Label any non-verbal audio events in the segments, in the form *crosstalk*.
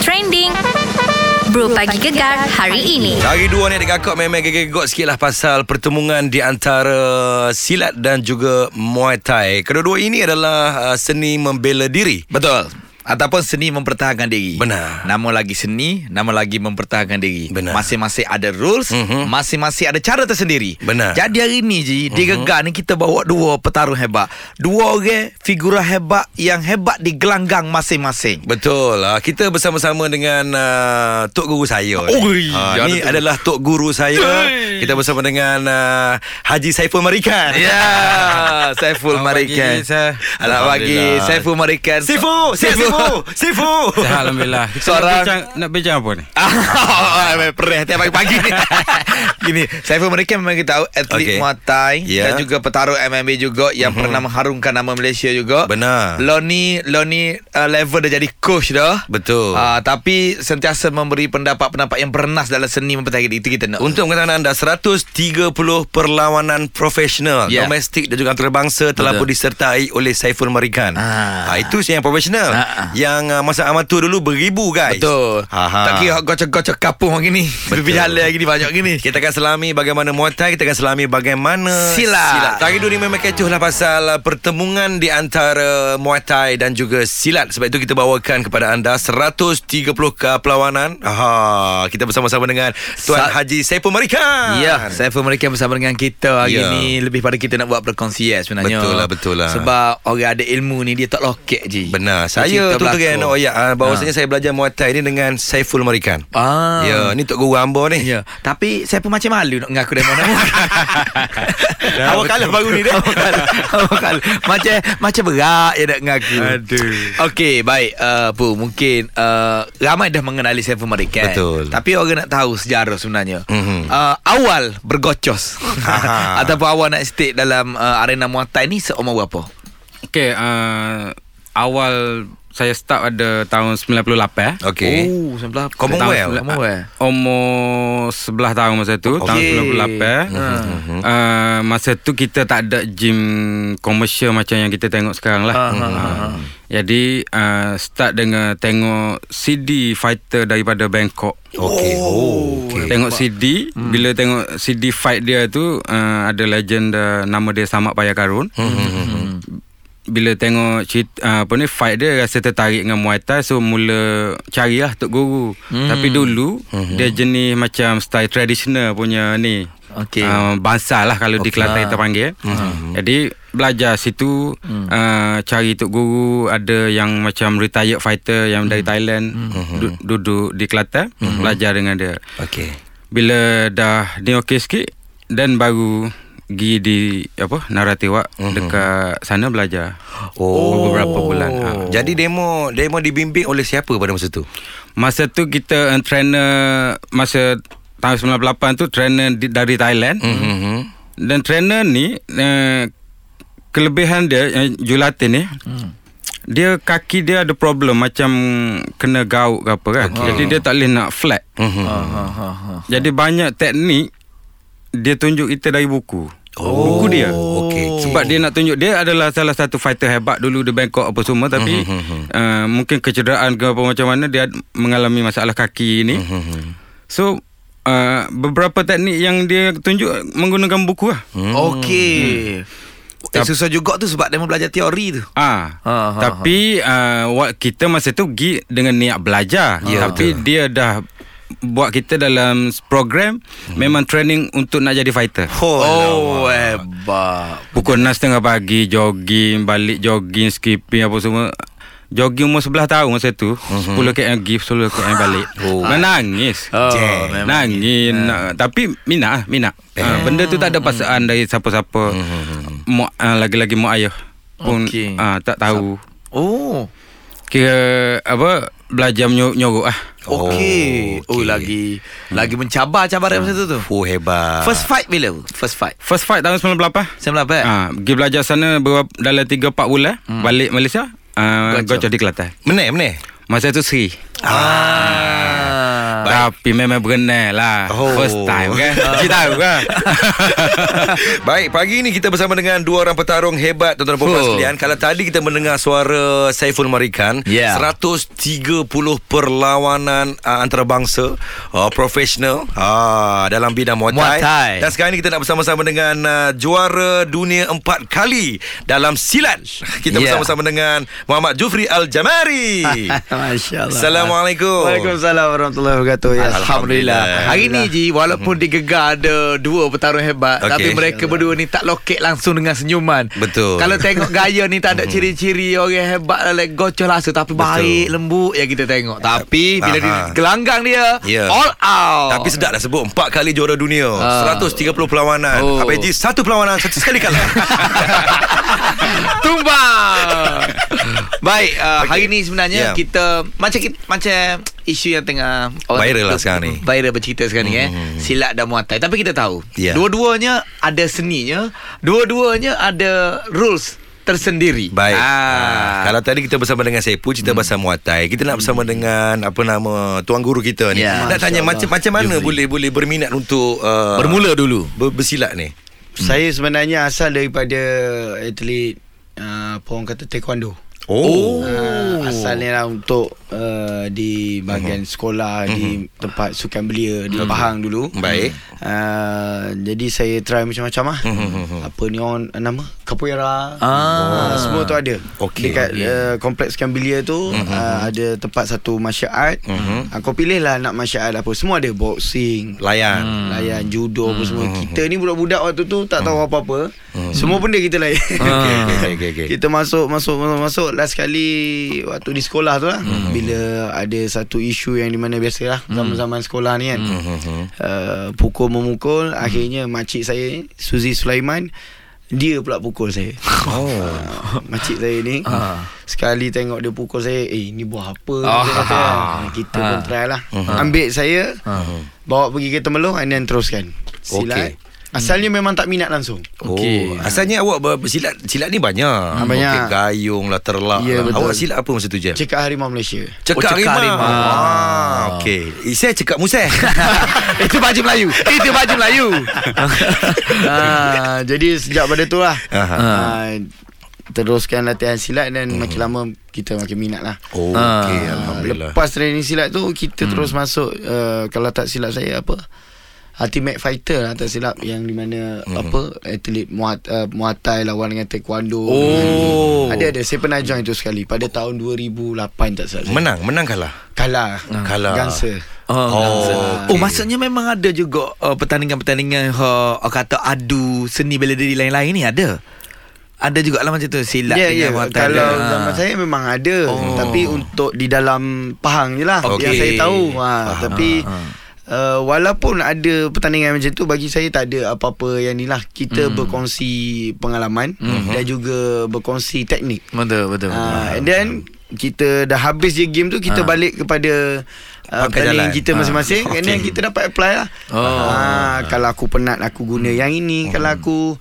trending Bro Pagi Gegar hari ini Hari dua ni adik kakak memang gegek-gegek sikit lah pasal pertemuan di antara silat dan juga Muay Thai. Kedua-dua ini adalah uh, seni membela diri. Betul. Ataupun seni mempertahankan diri. Benar. Nama lagi seni, nama lagi mempertahankan diri. Benar. Masing-masing ada rules, Mhm. masing-masing ada cara tersendiri. Benar. Jadi hari ni je, di Gegar ni kita bawa dua petarung hebat. Dua orang figura hebat yang hebat di gelanggang masing-masing. Betul. Uh, kita bersama-sama dengan uh, Tok Guru saya. Oh, uh, ini iya, ada Tok Guru. adalah Tok Guru saya. Hey. Kita bersama dengan uh, Haji Saiful Marikan. Ya, *laughs* Saiful Selamat Marikan. pagi, Sah. Selamat pagi, Alhamdulillah. Saiful Marikan. Saiful! Saiful! *laughs* Saiful! Alhamdulillah Kita Seorang- Seorang... nak bincang, nak bincang apa ni? Ah, *laughs* Perih tiap pagi-pagi *laughs* ni Gini Saiful mereka memang kita tahu Atlet Okey. okay. Muay Thai Ya. Mhm. Dan juga petarung MMA juga Yang pernah mengharumkan nama Malaysia juga Benar. Lo ni Lo ni uh, level dah jadi coach dah Betul. Ah, Tapi sentiasa memberi pendapat-pendapat yang bernas Dalam seni mempertahankan diri. Itu kita nak Untuk mengatakan anda 130 perlawanan profesional yeah. Ya. domestik dan juga antarabangsa telah pun Betul. disertai oleh Saiful Marikan. Ah. Ha itu yang profesional. Ah, ah. Yang uh, masa amatur dulu beribu guys. Betul Ha ha. Tak kira gocok-gocok kapung lagi ni Tepi jalan lagi ni banyak gini Kita akan selami bagaimana Muay Thai Kita akan selami bagaimana Silat. Hari dulu ni memang kecoh lah pasal uh, Pertemuan di antara Muay Thai dan juga silat Sebab itu kita bawakan kepada anda 130 ke- perlawanan Aha, Kita bersama-sama dengan Tuan Sa- Haji Saiful Marikan Ya, Saiful mereka bersama dengan kita hari kan? Ya. yeah. ni lebih pada kita nak buat perkongsian sebenarnya. Betul lah, betul lah. Sebab orang ada ilmu ni dia tak lokek je. Benar. Dia Saya cerita tu tu belakang. kan oh ya ah, bahawasanya saya belajar Muay Thai ni dengan Saiful Marikan. Ah. Ya, ni Tok Guru Ambo ni. Ya, tapi saya pun macam malu nak mengaku dari *laughs* mana. *laughs* Dah, Awak kalah baru ni, dah. Awak *laughs* kalah. Awak kalah. Macam macam berat ya nak mengaku. Aduh. Okey, baik. Uh, Bu, mungkin uh, ramai dah mengenali Saiful Marikan. Betul. Tapi orang nak tahu sejarah sebenarnya. Mhm. Uh, awal bergocos Aha. *laughs* ataupun awal nak stay dalam uh, arena Muay Thai ni seumur berapa? Okay uh, Awal Saya start ada tahun 98 Okey. Oh, 98. Commonwealth. Tahun Commonwealth. Umur 11 tahun masa tu okay. Tahun Okey. eh? 98 Mhm. uh, Masa tu kita tak ada gym komersial Macam yang kita tengok sekarang lah Aha, Ah. aha. Jadi uh, Start dengan tengok CD fighter daripada Bangkok Okey. Oh. Okay. Tengok CD hmm. Bila tengok CD fight dia tu uh, Ada legend uh, Nama dia Samak Payakarun hmm. Bila tengok cerita, uh, apa ni fight dia Rasa tertarik dengan Muay Thai So mula carilah Tok Guru hmm. Tapi dulu hmm. Dia jenis macam style traditional punya ni Okey. uh, Bangsa lah kalau okay. di Kelantan kita panggil hmm. Jadi belajar situ hmm. uh, Cari Tok Guru Ada yang macam retired fighter Yang dari Thailand du- Duduk di Kelantan Belajar dengan dia Okey. bila dah ni okey sikit dan baru pergi di apa Mhm. Naratiwa mm-hmm. dekat sana belajar. Oh. Beberapa bulan. Ha. Jadi demo demo dibimbing oleh siapa pada masa tu? Masa tu kita uh, trainer masa tahun 98 tu trainer di, dari Thailand. Mm-hmm. Mhm. Dan trainer ni uh, kelebihan dia uh, julatin ni mm. Dia kaki dia ada problem macam kena gauk ke apa kan. Oh. Okay. Jadi dia tak boleh nak flat. Mhm. Ha, ha, ha. Jadi banyak teknik dia tunjuk kita dari buku. Oh. Buku dia. Okey. okey. Eh, Sebab dia nak tunjuk dia adalah salah satu fighter hebat dulu di Bangkok apa semua Hmm, tapi uh, mungkin kecederaan ke apa macam mana dia ad- mengalami masalah kaki Hmm, ini. So uh, beberapa teknik yang dia tunjuk menggunakan buku lah. Hmm. Okey. Hmm. Eh, susah juga tu sebab dia mau belajar teori tu. Ah, Ha, ha, tapi uh, wa- kita masa tu pergi dengan niat belajar. Ya, tapi betul. dia dah buat kita dalam program Hmm. memang training untuk nak jadi fighter. Oh. Oh, hebat. Pukul 6.30 pagi Jogging Balik jogging Skipping apa semua Jogging umur 11 tahun masa tu Mhm. uh-huh. 10 km give 10 km *laughs* balik oh. Menangis Oh, Jeng. memang. Eh. Nangis nak, Tapi minat ah, minat Ah, Benda tu tak ada paksaan Dari siapa-siapa Mak, ah, Lagi-lagi mak ayah Pun Mhm. Okey. ah, tak tahu Oh, Kira Apa Belajar menyorok nyorok ah. okey. Oh, okey. lagi lagi mencabar cabaran masa tu tu. Oh hebat. First fight bila? tu? First fight. First fight tahun 98 Sembilan apa? ah, Pergi belajar sana berapa, Dalam 3-4 bulan Hmm. Balik Malaysia ah, Gocor. Gocor di Kelantan meneh meneh. Masa tu Sri Ah. Tapi memang berenai lah Oh. oh. First time *laughs* kan Cik tahu kan *laughs* Baik, pagi ni kita bersama dengan dua orang petarung hebat tuan-tuan dan puan-puan Oh. sekalian. Kalau tadi kita mendengar suara Saiful Marikan, Yeah. 130 perlawanan uh, antarabangsa uh, profesional uh, dalam bidang Muay Thai. Muay Thai. Dan sekarang ni kita nak bersama-sama dengan uh, juara dunia empat kali dalam silat. Kita Yeah. bersama-sama dengan Muhammad Jufri Al-Jamari. *laughs* Masya Allah Assalamualaikum. Waalaikumsalam Warahmatullahi wabarakatuh ya. Alhamdulillah. Hmm. Alhamdulillah Hari ni Ji Walaupun digegar ada Dua petarung hebat Okey. okay. Tapi mereka berdua ni Tak loket langsung dengan senyuman Betul. Hmm. Kalau tengok gaya ni Tak ada ciri-ciri Orang hebat lah like, Gocor langsung Tapi Betul. baik lembut Yang kita tengok Tapi Aha. bila di gelanggang dia Ya. All out Tapi sedap dah sebut Empat kali juara dunia Oh. Ah. 130 perlawanan Oh. Abang Eji Satu perlawanan Satu sekali kalah *laughs* Tumbang Baik uh, okay. Hari ni sebenarnya Yeah. yeah. Kita Macam kita, macam Isu yang tengah Viral lah sekarang ni. Hmm, Viral bercerita sekarang ni eh Silat dan muatai Tapi kita tahu Yeah. Dua-duanya Ada seninya Dua-duanya ada Rules Tersendiri Baik ah. ah. Kalau tadi kita bersama dengan Sepu Cerita hmm. pasal Muay Thai Kita nak bersama dengan Apa nama Tuan Guru kita ni Ya. Nak tanya macam, macam mana boleh boleh berminat untuk uh, Bermula dulu ber, Bersilat ni Hmm. Saya sebenarnya asal daripada Atlet uh, Apa orang kata Taekwondo Oh, Uh, asalnya lah untuk uh, di bahagian Hmm. sekolah di tempat sukan belia di Pahang dulu. Baik. Hmm, Uh, jadi saya try macam-macam lah. Apa ni on nama? Capoeira. Ah. Uh, semua tu ada. Okey. Hmm, Dekat uh, kompleks sukan belia tu uh, ada tempat satu martial art. Uh, kau pilih lah nak martial art apa. Semua ada boxing. Layan Kan? Layan judo apa semua Kita ni budak-budak waktu tu Tak tahu apa-apa Semua benda kita layan *laughs* Okey, okey, okey, okey. Kita masuk Masuk masuk masuk Last kali Waktu di sekolah tu lah Hmm. Bila ada satu isu Yang di mana biasalah Zaman-zaman sekolah ni kan Hmm, uh, Pukul memukul Akhirnya makcik saya ni, Suzy Sulaiman dia pula *laughs* pukul saya oh. Uh, makcik saya ni Ha. Sekali tengok dia pukul saya Eh ni buah apa Ah. Kita kata kan. Kita pun Ha. try lah Hmm. Ambil saya Bawa pergi ke Temeloh And then teruskan Silat Okey. Asalnya memang tak minat langsung Okey. Oh, asalnya awak ber- bersilat silat ni banyak. banyak. Okey, gayung lah, terlak. Ya, lah. betul. Awak silat apa masa tu, Jam? Cekak Harimau Malaysia Cekak oh, cekak rimah. rimah. Ah, okey. Eh, Saya cekak *laughs* museh. Itu baju Melayu Itu baju *laughs* Melayu *laughs* ah, Jadi sejak pada tu lah Aha. Hmm. ah, Teruskan latihan silat Dan makin lama Kita makin minat lah Ah, Oh, okey, alhamdulillah. Hmm. Lepas training silat tu Kita terus masuk uh, Kalau tak silap saya apa Ultimate Fighter lah tak silap Yang di mana Hmm. Apa Atlet muat, uh, Muay Thai lawan dengan Taekwondo Oh. Ada ada Saya pernah join tu sekali Pada tahun 2008 tak silap saya Menang, menang kalah. Kalah Kalah. Gangsa Oh, Oh maksudnya memang ada juga uh, pertandingan-pertandingan uh, kata adu seni bela diri lain-lain ni ada. Ada juga lah macam tu silat Ya ya dengan muay thai Kalau dia. Ah. zaman saya memang ada Oh. oh. Tapi untuk di dalam Pahang je lah Okey. Yang saya tahu ha, Tapi Ha, Uh, walaupun ada pertandingan macam tu Bagi saya tak ada apa-apa yang ni lah Kita mm. berkongsi pengalaman mm. Dan juga berkongsi teknik Betul betul. Ah, uh, And then kita dah habis je game tu Ah. Kita balik kepada uh, Pangkat Pertandingan jalan. kita Ah. masing-masing And then kita dapat apply lah Oh. Hmm. Ah, Kalau aku penat Aku guna yang ini Kalau aku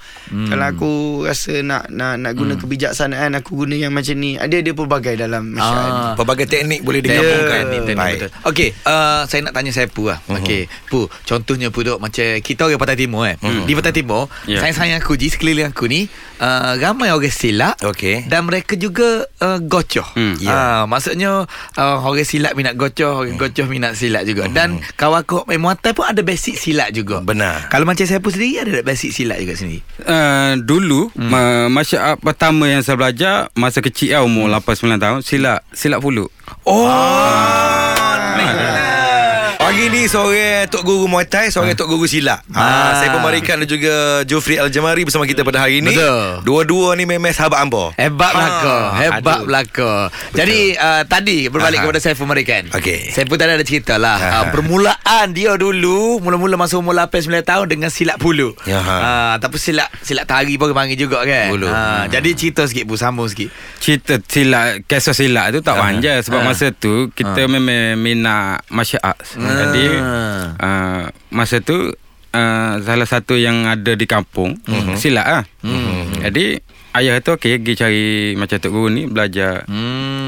Kalau aku rasa nak Nak nak Hmm. guna kebijaksanaan Aku guna yang macam ni Ada ada pelbagai dalam masyarakat Ah. Pelbagai teknik boleh Dia digabungkan. Baik. Baik. Okey, uh, saya nak tanya saya Pu lah. Okey, Pu, contohnya Pu duk macam kita orang Pantai Timur eh. Di Pantai Timur, Ya. sayang-sayang aku ji sekeliling aku ni, uh, ramai orang silat Okey. dan mereka juga uh, gocoh. Hmm, yeah. uh, maksudnya uh, orang silat minat gocoh, orang gocoh minat silat juga. Dan kawan aku main Muay Thai pun ada basic silat juga. Benar. Kalau macam saya pun sendiri ada tak basic silat juga sendiri. uh, Dulu hmm. uh, Masa pertama yang saya belajar Masa kecil lah Umur 8-9 tahun Silat Silat puluk Oh. Ah. Pagi ni seorang Tok Guru Muay Thai, seorang Tok Guru Silat. Ah. saya pemarikan dan juga Jufri Al-Jamari bersama kita pada hari ini. Betul. Dua-dua ni memang sahabat ambo. Ah, Hebat belaka Hebat aduh. belaka Jadi uh, tadi Berbalik Aha. kepada Saiful Marikan Okey. Saiful tadi ada cerita lah Aha. uh, Permulaan dia dulu Mula-mula masa umur 8-9 tahun Dengan silat pulu Ya, ha. uh, Tapi silat Silat tari pun orang panggil juga kan Bulu. Hmm. Ah, Jadi cerita sikit Bu Sambung sikit Cerita silat Kisah silat tu tak panjang Ah. Sebab Ah. masa tu Kita memang minat Martial arts Jadi uh, Masa tu uh, Salah satu yang ada di kampung Mhm. Silat lah Hmm. Jadi Ayah tu okay, pergi cari Macam Tok Guru ni Belajar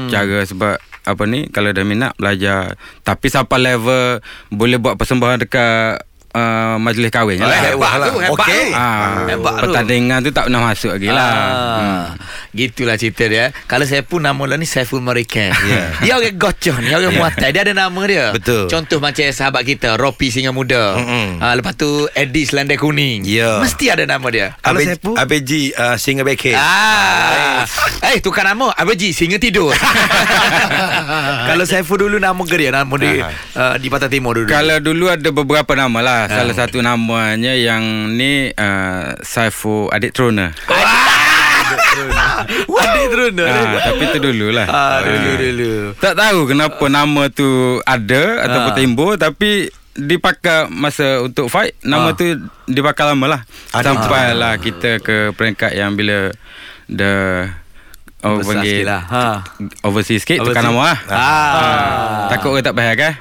Cara sebab apa ni kalau dah minat belajar tapi siapa level boleh buat persembahan dekat uh, majlis kahwin je Alah, lah. hebat Alah, tu, hebat okey. tu. Ah, Hebat tu. pertandingan tu tak pernah masuk lagi lah. Ah, Hmm. Gitulah cerita dia Kalau saya pun Nama dia ni Saiful Marikan yeah. Dia orang gocoh ni Orang yeah. muatai Dia ada nama dia Betul. Contoh macam sahabat kita Ropi Singa Muda Mm-mm. ha, Lepas tu Edis Landai Kuning Ya. Mesti ada nama dia Kalau Abang, Kalau Saiful Abang G uh, Singa Bekir Ah, eh tukar nama Abang Ji Singa Tidur Kalau Saiful dulu Nama dia Nama dia uh, Di Pantai Timur dulu *laughs* Kalau dulu ada beberapa nama lah. Ah. Salah satu namanya yang ni uh, Saiful Adik Trona. Wadik terus Ah, tapi tu dululah. Eh. Ah, dulu, dulu. Tak tahu kenapa nama tu ada ataupun Ah. timbul tapi dipakai masa untuk fight nama Ah. tu dipakai lama lah Ada sampailah kita ke peringkat yang bila the oh Besar sikit panggil lah ha. overseas sikit Overseas. tukar nama lah Ah. takut orang tak bayar kan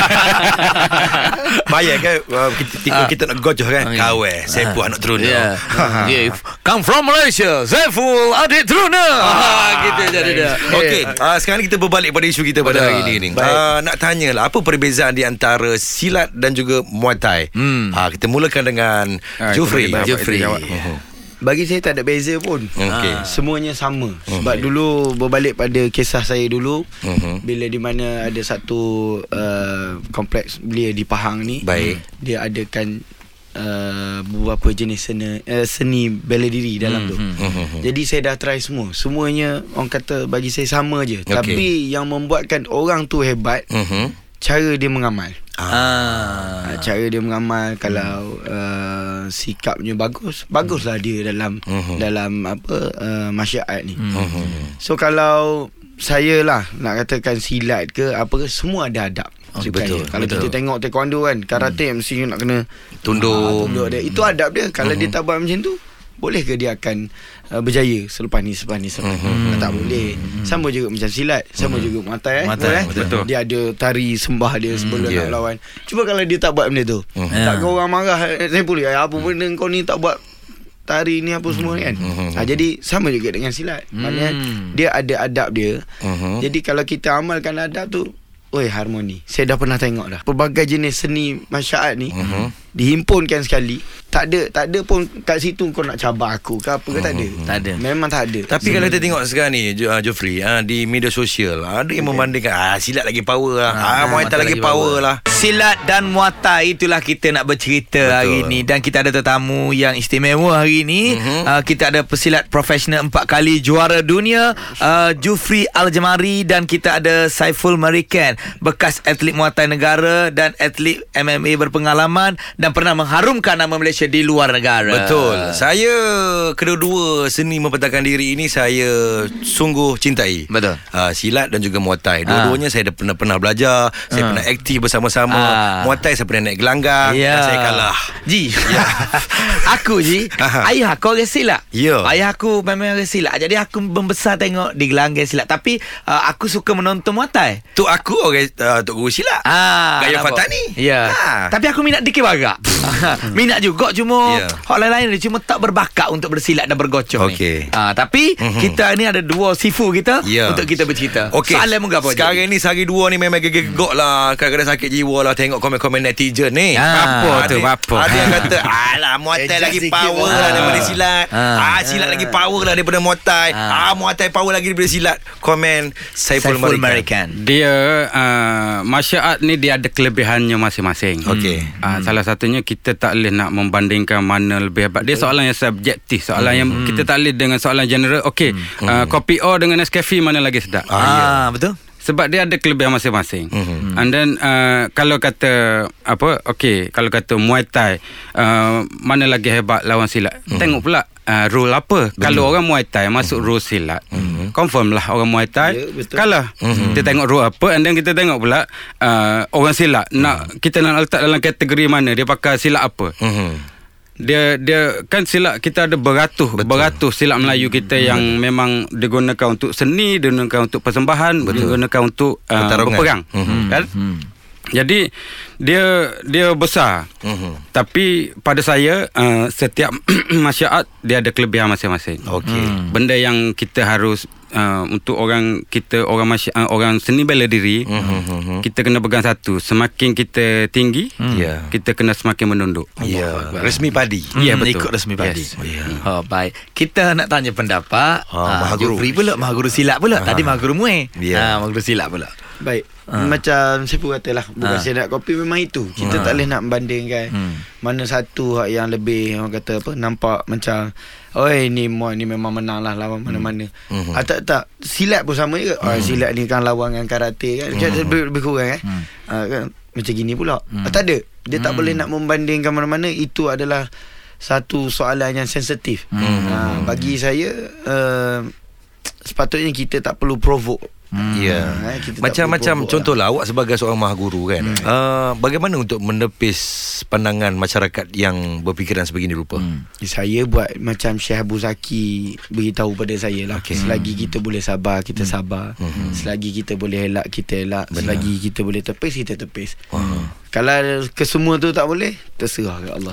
*laughs* *laughs* Bayar kan uh, kita, kita, Ah. kita nak gocoh kan Okay. Kawai Saya pun anak turun *laughs* Yeah. Ya. *laughs* yeah. Come from Malaysia Zaiful Adik Truna ah, Gitu jadi dia Okey, uh, sekarang kita berbalik pada isu kita pada Betul. hari ini ni. Baik. Uh, nak tanyalah apa perbezaan di antara silat dan juga Muay Thai? Hmm. Uh, kita mulakan dengan Ah, Jufri. itu boleh Jufri. Jawab. Bagi saya tak ada beza pun Ya. Okey. Ah. Semuanya sama Sebab dulu Berbalik pada kisah saya dulu Mhm. Bila di mana ada satu uh, Kompleks belia di Pahang ni Baik. Dia adakan uh, Beberapa jenis seni, uh, seni bela diri dalam tu Mhm. Jadi saya dah try semua Semuanya Orang kata bagi saya sama je Okey. Tapi yang membuatkan orang tu hebat Mhm. Cara dia mengamal Ah. Ah, cara dia mengamal kalau uh, sikapnya bagus baguslah dia dalam Mhm. dalam apa uh, masyarakat ni so kalau saya lah nak katakan silat ke apa ke semua ada adab Oh, Sukannya. betul, kalau betul. kita tengok taekwondo kan karate mesti you nak kena ah, Tunduk. tunduk dia itu adab dia kalau dia tak buat macam tu boleh ke dia akan uh, berjaya selepas ni selepas ni selepas ni Kalau tak boleh sama juga macam silat sama juga muay thai eh, Muay Thai, boleh, eh? betul. dia ada tari sembah dia sebelum ya. nak lawan cuba kalau dia tak buat benda tu tak Ya. kau orang marah eh, Saya boleh eh, Apa benda kau ni tak buat Tari ni apa semua ni kan ha, Jadi sama juga dengan silat Maknanya Hmm. Dia ada adab dia Mhm. Jadi kalau kita amalkan adab tu Oi harmoni Saya dah pernah tengok dah Pelbagai jenis seni masyarakat ni Hmm. Dihimpunkan sekali Tak ada Tak ada pun kat situ kau nak cabar aku ke apa ke tak ada Tak ada. Memang tak ada Hmm. Tapi kalau kita tengok sekarang ni Ju- ah, Jufri ah, Di media sosial Ada yang membandingkan ah, Silat lagi power lah ah, Muay Thai lagi power lah Silat dan Muay Thai itulah kita nak bercerita Betul. Betul. hari ini dan kita ada tetamu yang istimewa hari ini. Mhm. Mm-hmm. Uh, kita ada pesilat profesional empat kali juara dunia uh, Jufri Aljamari dan kita ada Saiful Marikan bekas atlet Muay Thai negara dan atlet MMA berpengalaman dan pernah mengharumkan nama Malaysia di luar negara. Betul Saya Kedua-dua seni mempertahankan diri ini Saya Sungguh cintai Betul. uh, Silat dan juga Muay Thai Dua-duanya saya dah pernah pernah belajar Saya pernah aktif bersama-sama Ah. Muay Thai saya pernah naik gelanggang Ya. Dan saya kalah Ya. Ji *laughs* Aku Ji Aha. Ayah aku orang silat Ya. Ayah aku memang orang silat Jadi aku membesar tengok Di gelanggang silat Tapi uh, Aku suka menonton Muay Thai Tu aku orang uh, Tok Guru Silat Ah, Gaya nampak. Fatani. Ya. Ah. Hmm. Tapi aku minat dikit barak. *laughs* minat juga cuma Ya. hak lain-lain dia cuma tak berbakat untuk bersilat dan bergocok Okey. Hmm. ni. Ah, tapi kita ni ada dua sifu kita Ya. untuk kita bercerita. Okey. Ah, Soalan mu apa? Sekarang ni sehari dua ni memang gegegok lah. Kadang-kadang sakit jiwa lah tengok komen-komen netizen ni. Ah. Apa Ada- tu, apa? Ada yang kata, alah Muay Thai Adjust lagi sikit power lah." lah daripada silat. Ah. Ah, silat lagi power lah daripada Muay Thai. Ah, Muay Thai power lagi daripada silat. Komen Saiful, Saiful Saiful Marikan. Marikan. Dia uh, Martial art ni Dia ada kelebihannya masing-masing Okey. uh, Salah satunya Kita tak boleh nak Membandingkan mana lebih hebat Dia soalan yang subjektif Soalan yang Kita tak boleh dengan soalan general Okey uh, Kopi O dengan Nescafe Mana lagi sedap Ah, Ah, ya. betul. sebab dia ada kelebihan masing-masing. Hmm. Mm-hmm. And then uh, kalau kata apa okey kalau kata Muay Thai uh, mana lagi hebat lawan silat. Mm-hmm. Tengok pula uh, rule apa. Betul. Kalau orang Muay Thai masuk mm-hmm. rule silat. Mm-hmm. Confirm lah orang Muay Thai Ya, betul. yeah, kalah. Mm-hmm. Kita tengok rule apa and then kita tengok pula uh, orang silat nak kita nak letak dalam kategori mana dia pakai silat apa. Mm-hmm. Mhm. Dia dia kan silap kita ada beratus Betul. beratus silap Melayu kita hmm. yang memang digunakan untuk seni, digunakan untuk persembahan, Betul. digunakan untuk uh, Pertarungan. berperang. Hmm. Kan? Hmm. Jadi dia dia besar. Mhm. Hmm. Tapi pada saya *clears throat* uh, setiap masyarakat dia ada kelebihan masing-masing. Okey. Benda yang kita harus uh, untuk orang kita orang masy- uh, orang seni bela diri Mhm. kita kena pegang satu semakin kita tinggi Ya. kita kena semakin menunduk Ya, resmi padi. Ya, Hmm, betul. Ikut resmi padi. Yes. Oh, Ya. yeah. oh, baik. Kita nak tanya pendapat. Ha, Maha Guru. Jufri pula, Maha Guru silat pula. Tadi Maha Guru muay. Ya. Ha, Maha Guru silat pula. Baik Macam saya pun kata lah Ah. Bukan saya nak copy Memang itu Kita tak boleh nak membandingkan Hmm. Mana satu hak yang lebih Orang kata apa Nampak macam Oi ni Muay ni memang menang lah Lawan mana-mana Mhm. ah, Tak tak Silat pun sama juga ah, Silat ni kan lawan dengan karate kan Macam lebih, lebih kurang eh ah, kan? Macam gini pula ah, Tak ada Dia tak boleh nak membandingkan mana-mana Itu adalah Satu soalan yang sensitif ah, Bagi saya uh, Sepatutnya kita tak perlu provoke Ya. Ah, eh, kita tak lah. perlu Macam-macam provok contohlah awak sebagai seorang maha guru kan. Hmm. Uh, bagaimana untuk menepis pandangan masyarakat yang berfikiran sebegini rupa? Hmm. Saya buat macam Syekh Abu Zaki beritahu pada saya lah okay. Selagi kita boleh sabar, kita sabar hmm. Selagi kita boleh elak, kita elak Benar. Selagi kita boleh tepis, kita tepis hmm. Kalau kesemua tu tak boleh Terserah ke Allah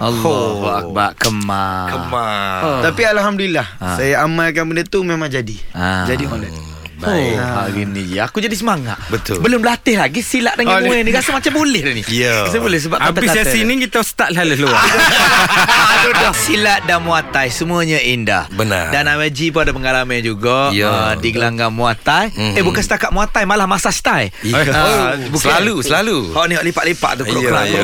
Oh. Allahu Akbar. Kemal. Kemal. Oh. Tapi Alhamdulillah Saya amalkan benda tu memang jadi Ah. Jadi online Baik. Oh, hari ni aku jadi semangat. Betul. Belum berlatih lagi silat dengan Oh, muay ni. Rasa macam boleh dah ni. Ya. Rasa boleh sebab habis kata-kata sesi dia. ni kita start lah luar *laughs* Aduh dah silat dan Muay Thai semuanya indah. Benar. Dan Ameji pun ada pengalaman Ya. juga yeah. uh, di gelanggang Muay Thai. Mhm. Eh bukan setakat Muay Thai malah massage Thai. Ya. Ah, Oh, selalu, selalu. Kau ni lipat-lipat Ya, tu kerak-kerak. ya.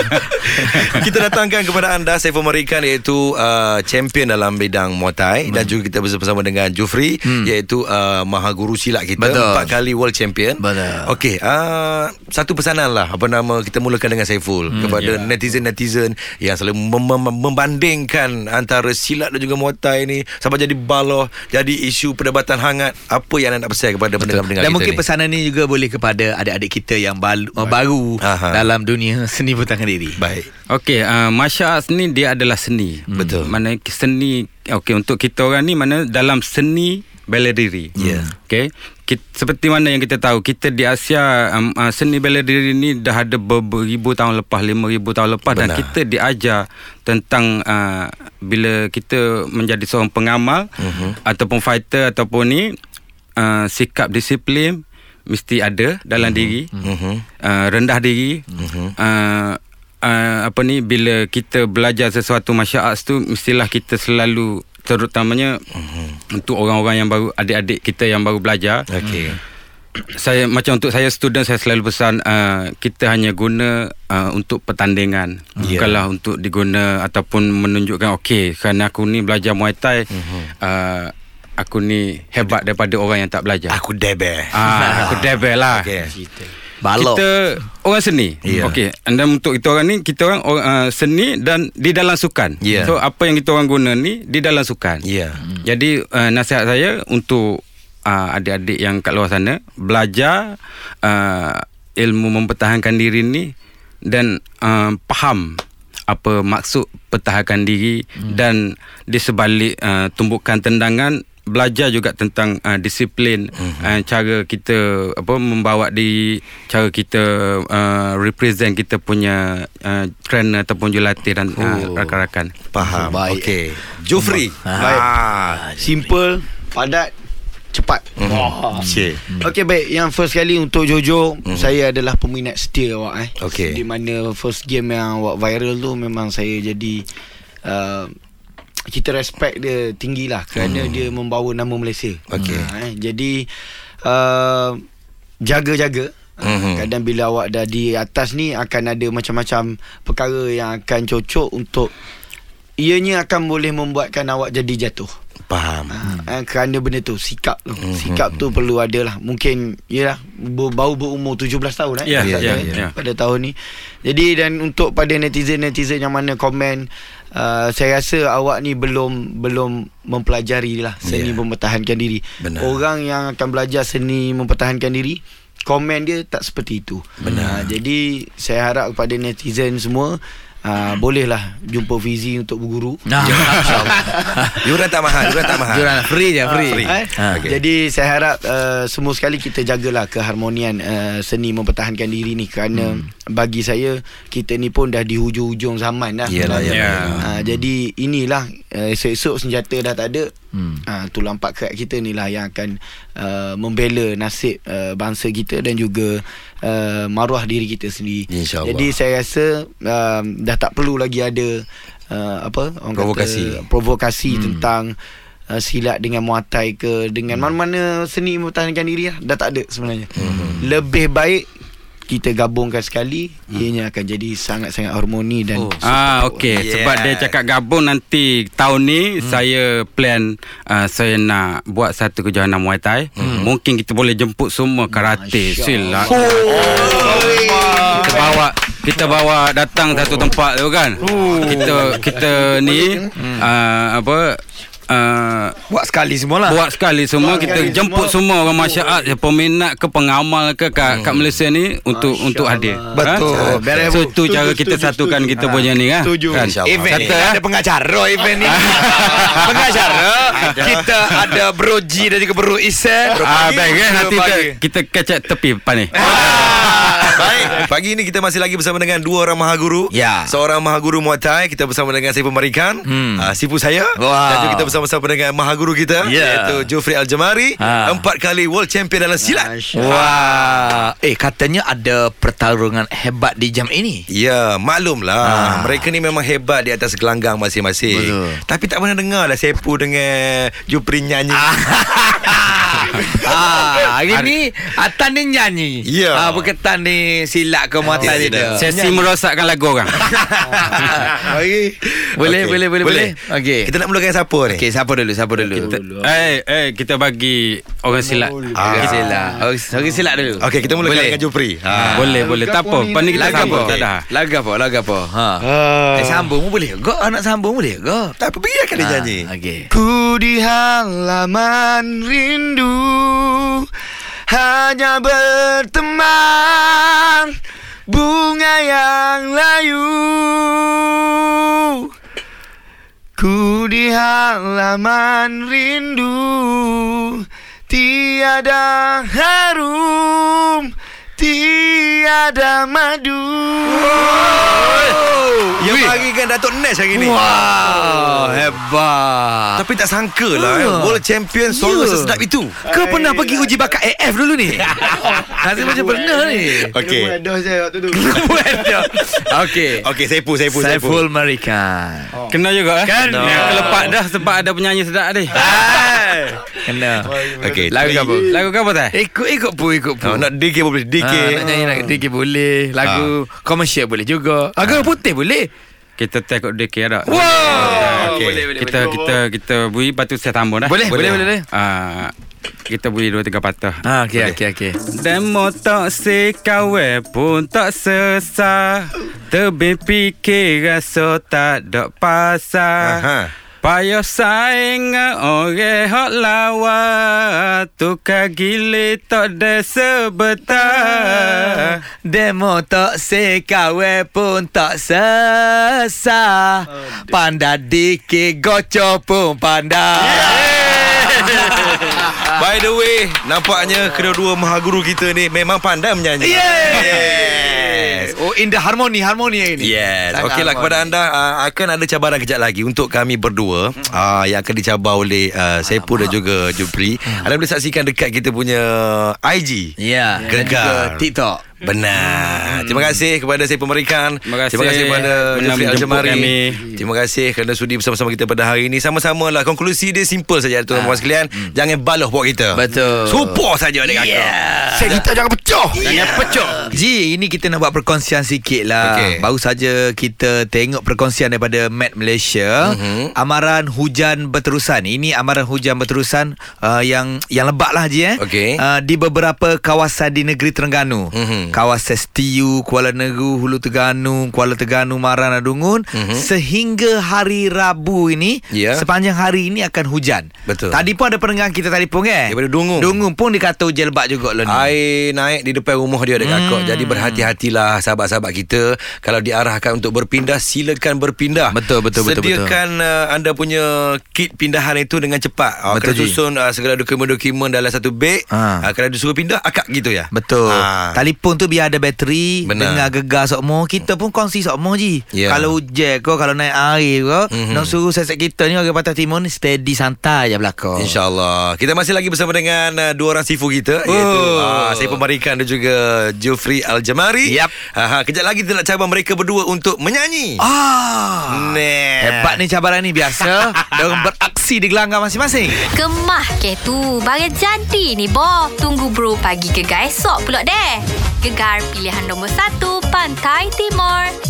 *laughs* kita datangkan kepada anda Saiful Marikan iaitu uh, champion dalam bidang Muay Thai dan Hmm. juga kita bersama dengan Jufri hmm. iaitu uh, maha guru silat kita Betul. empat kali world champion. Betul. Okey, uh, satu pesanan lah apa nama kita mulakan dengan Saiful hmm, kepada ya. yeah. netizen-netizen yang selalu mem- mem- membandingkan antara silat dan juga Muay Thai ni sampai jadi baloh, jadi isu perdebatan hangat. Apa yang anda nak pesan kepada pendengar-pendengar kita Dan mungkin ni? pesanan ni juga boleh kepada adik-adik kita yang baru, baru Aha. dalam dunia *laughs* seni bertangan diri. Baik. Okey, uh, martial arts ni dia adalah seni. Hmm. Betul. Mana seni okey untuk kita orang ni mana dalam seni bela diri. Ya. Okey. Kita, seperti mana yang kita tahu, kita di Asia um, uh, seni bela diri ni dah ada beribu tahun lepas, lima ribu tahun lepas dan Benar. kita diajar tentang uh, bila kita menjadi seorang pengamal uh-huh. ataupun fighter ataupun ni uh, sikap disiplin mesti ada dalam uh-huh. diri. Mhm. Uh, rendah diri uh-huh. uh, uh, apa ni bila kita belajar sesuatu martial arts tu mestilah kita selalu terutamanya uh-huh. Mhm. untuk orang-orang yang baru adik-adik kita yang baru belajar Okey. Mm. saya macam untuk saya student saya selalu pesan uh, kita hanya guna uh, untuk Ya. pertandingan yeah. bukanlah untuk diguna ataupun menunjukkan okey kerana aku ni belajar Muay Mhm. Thai uh-huh. uh, aku ni hebat daripada orang yang tak belajar Aku debel. *laughs* ah aku debel lah Okey. Balok. kita orang seni. Ya. Okey, dan untuk kita orang ni kita orang or- uh, seni dan di dalam sukan. Ya. So apa yang kita orang guna ni di dalam sukan. Ya. Jadi uh, nasihat saya untuk uh, adik-adik yang kat luar sana belajar uh, ilmu mempertahankan diri ni dan uh, faham apa maksud pertahankan diri hmm. dan di sebalik uh, tumbukan tendangan belajar juga tentang uh, disiplin mm-hmm. uh, cara kita apa membawa di cara kita uh, represent kita punya uh, trainer ataupun jurulatih dan uh, rakan-rakan Faham. Baik. Ah. Okey. Ah. Jufri. Baik. Simple, padat, cepat Ah. Cik. Hmm. Okey baik Yang first kali untuk Jojo mm. Saya adalah peminat setia awak eh Hmm. Okey. Di mana first game yang awak viral tu Memang saya jadi uh, Kita respect dia tinggi lah Kerana mm. dia membawa nama Malaysia Hmm. Okey. ha, eh. Jadi uh, Jaga-jaga Mhm. Mm-hmm. Kadang bila awak dah di atas ni Akan ada macam-macam Perkara yang akan cocok untuk Ianya akan boleh membuatkan awak jadi jatuh Faham. ha, kerana benda tu sikap tu Mhm. sikap tu perlu ada lah mungkin yalah ber- baru berumur 17 tahun eh Ya, Tak ya, tahu, eh, ya. pada tahun ni jadi dan untuk pada netizen-netizen yang mana komen uh, saya rasa awak ni belum belum mempelajari lah seni Ya. mempertahankan diri Benar. orang yang akan belajar seni mempertahankan diri komen dia tak seperti itu benar jadi saya harap kepada netizen semua Uh, bolehlah jumpa Fizi untuk berguru Nah, *laughs* masya-Allah. Yuran tak mahal. Yuran tak mahal. Ah, Juran free je, free. Free. Eh? Ha. Okey. Jadi saya harap uh, semua sekali kita jagalah keharmonian uh, seni mempertahankan diri ni kerana hmm. bagi saya kita ni pun dah di hujung-hujung zaman dah. Ha, Yalah, yalah, yalah. Uh, jadi inilah uh, esok-esok senjata dah tak ada, hmm. ha, Tulang pak kerat kita ni lah Yang akan uh, Membela nasib uh, Bangsa kita Dan juga uh, Maruah diri kita sendiri InsyaAllah. Jadi saya rasa um, Dah tak perlu lagi ada uh, Apa orang Provokasi. kata, Provokasi hmm. tentang uh, Silat dengan muatai ke Dengan mana-mana seni Mempertahankan diri lah Dah tak ada sebenarnya hmm. Lebih baik kita gabungkan sekali hmm. ianya akan jadi sangat-sangat harmoni dan oh. Ah okey Yes. yes. sebab dia cakap gabung nanti tahun ni hmm. saya plan uh, saya nak buat satu kejohanan Muay Thai. Hmm. Mungkin kita boleh jemput semua karate, Masya silat. Oh, Kita bawa kita bawa datang satu tempat tu kan. Kita kita ni uh, apa uh, Buat sekali semualah Buat sekali semua Buat Kita sekali jemput semua, Orang masyarakat oh. Peminat ke pengamal ke Kat, kat Malaysia ni Untuk Hmm. Masya untuk hadir Allah. Betul. ha? So tu Setuju, cara kita setuju, satukan setuju. Ah, Kita punya ni kan? Setuju. kan? InsyaAllah. Event ni Kata, eh? ada pengacara event ni eh? *laughs* Pengacara Kita ada Bro G dan juga Bro Isan Ah, baik kan nanti kita, kita kacak tepi depan ni. Ah. Baik, pagi ini kita masih lagi bersama dengan dua orang maha guru. Ya. Seorang maha guru Muay Thai, kita bersama dengan Sipu Marikan, hmm. uh, Sipu saya Wow. dan juga kita bersama-sama dengan maha guru kita Ya. iaitu Jufri Aljamari, Ah. empat kali world champion dalam silat. Masya- Wah Eh katanya ada pertarungan hebat di jam ini Ya, maklumlah. Ha. Mereka ni memang hebat di atas gelanggang masing-masing. Betul. Tapi tak pernah dengar lah Sepu dengan Jupri nyanyi. *laughs* *laughs* ah, hari ni Atan ni nyanyi Ya. ah, Berketan ni silat ke mata Ya, dia Ah, tidak. Sesi merosakkan lagu orang. Okey. Boleh, Okey. boleh, boleh, boleh. Okey. Kita nak mulakan siapa ni? Okey siapa dulu Siapa dulu Kita- eh, eh kita bagi orang silat. ah. Oh. Orang silat Orang orang silat dulu Okey, kita mulakan Boleh. dengan Jupri. Ha. Ah, Boleh, boleh. Tak apa. Pandai kita Lagu sambung. apa? Tak dah. Lagu apa? Lagu apa? Ha. Ah. Eh, sambung pun boleh ke? Anak sambung boleh ke? Tak apa, biarkan dia Ah, nyanyi. Okey. Ku di halaman rindu Hanya berteman Bunga yang layu Ku di halaman rindu Tiada harum Tiada madu Yang bagikan Datuk Nash hari ni. Wow, hebat. Tapi tak sangka lah eh, Ya. World champion Suara Ya. sesedap itu Kau pernah pergi uji bakat AF dulu *laughs* ni? Rasa Oh, macam pernah ni. Okey. Kena buat dos je waktu tu *laughs* Buat dia. Okey. Oh. Okey Sepu Sepu Sepu Saiful Marikan. Kena juga eh. Kan? Kena. Yang kelepak dah sebab ada penyanyi sedap tadi. Hai. Kena. *laughs* Okey Lagu three. apa? Lagu kau apa tak? Ikut-ikut pun, ikut Ah, pun. Nak Hmm. DK boleh DK Ah, nak nyanyi lagu DK boleh Lagu Ah. komersial boleh juga Lagu putih boleh Kita tag kat DK ada. Wow Okey. Oh, Boleh boleh Ah, Kita kita kita bui batu saya tambah dah. Boleh, boleh, boleh, boleh. Ah, kita bui dua tiga patah. Ah, okey, okey, okey. Demo tak sekawe pun tak sesah Tebing fikir rasa tak dok pasar Aha. Payah saing orang hok lawa Tukar gili tak ada sebetah Demo tak sekawe pun tak sesah Pandai dikit gocok pun pandai *laughs* By the way Nampaknya kedua-dua maha guru kita ni Memang pandai menyanyi Yes Oh indah harmoni harmoni yang ini. Yes Sangat Okeylah harmoni. kepada anda uh, Akan ada cabaran kejap lagi Untuk kami berdua uh, Yang akan dicabar oleh uh, Sepu dan juga Jupri Anda boleh saksikan dekat kita punya IG Ya, yeah. Gegar. TikTok. Benar. Terima kasih kepada saya pemberikan. Terima kasih. Terima kasih kepada Pernah Jufri menjemput Aljamari. kami. Terima kasih kerana sudi bersama-sama kita pada hari ini. Sama-sama lah. Konklusi dia simple saja tuan-tuan sekalian. Jangan baloh buat kita. Betul. Support saja dengan yeah. Saya kita jangan pecah Jangan pecok. Ji, ini kita nak buat perkongsian sikit lah. Ya, Okey. Okay. Baru saja kita tengok perkongsian daripada Met Malaysia. Mhm. Amaran hujan berterusan. Ini amaran hujan berterusan uh, yang yang lebat lah Ji eh. Okey. Uh, di beberapa kawasan di negeri Terengganu. Mhm. Kawasan Setiu, Kuala Negeri, Hulu Terengganu, Kuala Terengganu, Maran dan Dungun. Sehingga hari Rabu ini, Mhm. Ya. sepanjang hari ini akan hujan. Betul. Ya, Tadi pun ada pendengar kita tadi pun eh. Daripada Dungun. Dungun pun dikata hujan lebat juga lah ni. Air naik di depan rumah dia dekat hmm. kot. Jadi berhati-hatilah sahabat-sahabat kita. Kalau diarahkan untuk berpindah, silakan berpindah. Betul, betul, betul, Sediakan betul. Uh, anda punya kit pindahan itu dengan cepat. Uh, kena Betul, Ji. susun uh, segala dokumen-dokumen dalam satu beg. Ah. Uh, kalau disuruh pindah, akak gitu ya? Betul. Ah. Telefon Sebelum tu biar ada bateri Benar. Dengar gegar sokmo Kita pun kongsi sokmo je Ya. Kalau ujek kau Kalau naik air kau Mhm. mm-hmm. Nak suruh seset kita ni Orang Pantai Timur ni Steady santai je belakang InsyaAllah Kita masih lagi bersama dengan uh, Dua orang sifu kita oh. Iaitu uh, Saya Pemarikan dan juga Jufri Al-Jamari Yap. uh, Kejap lagi kita nak cabar mereka berdua Untuk menyanyi Ah Nah. Hebat ni cabaran ni biasa *laughs* Diorang beraksi di gelanggang masing-masing Kemah ke tu. Barang jadi ni, boh. Tunggu bro pagi gegar esok pulak deh. Gegar pilihan nombor 1 Pantai Timur.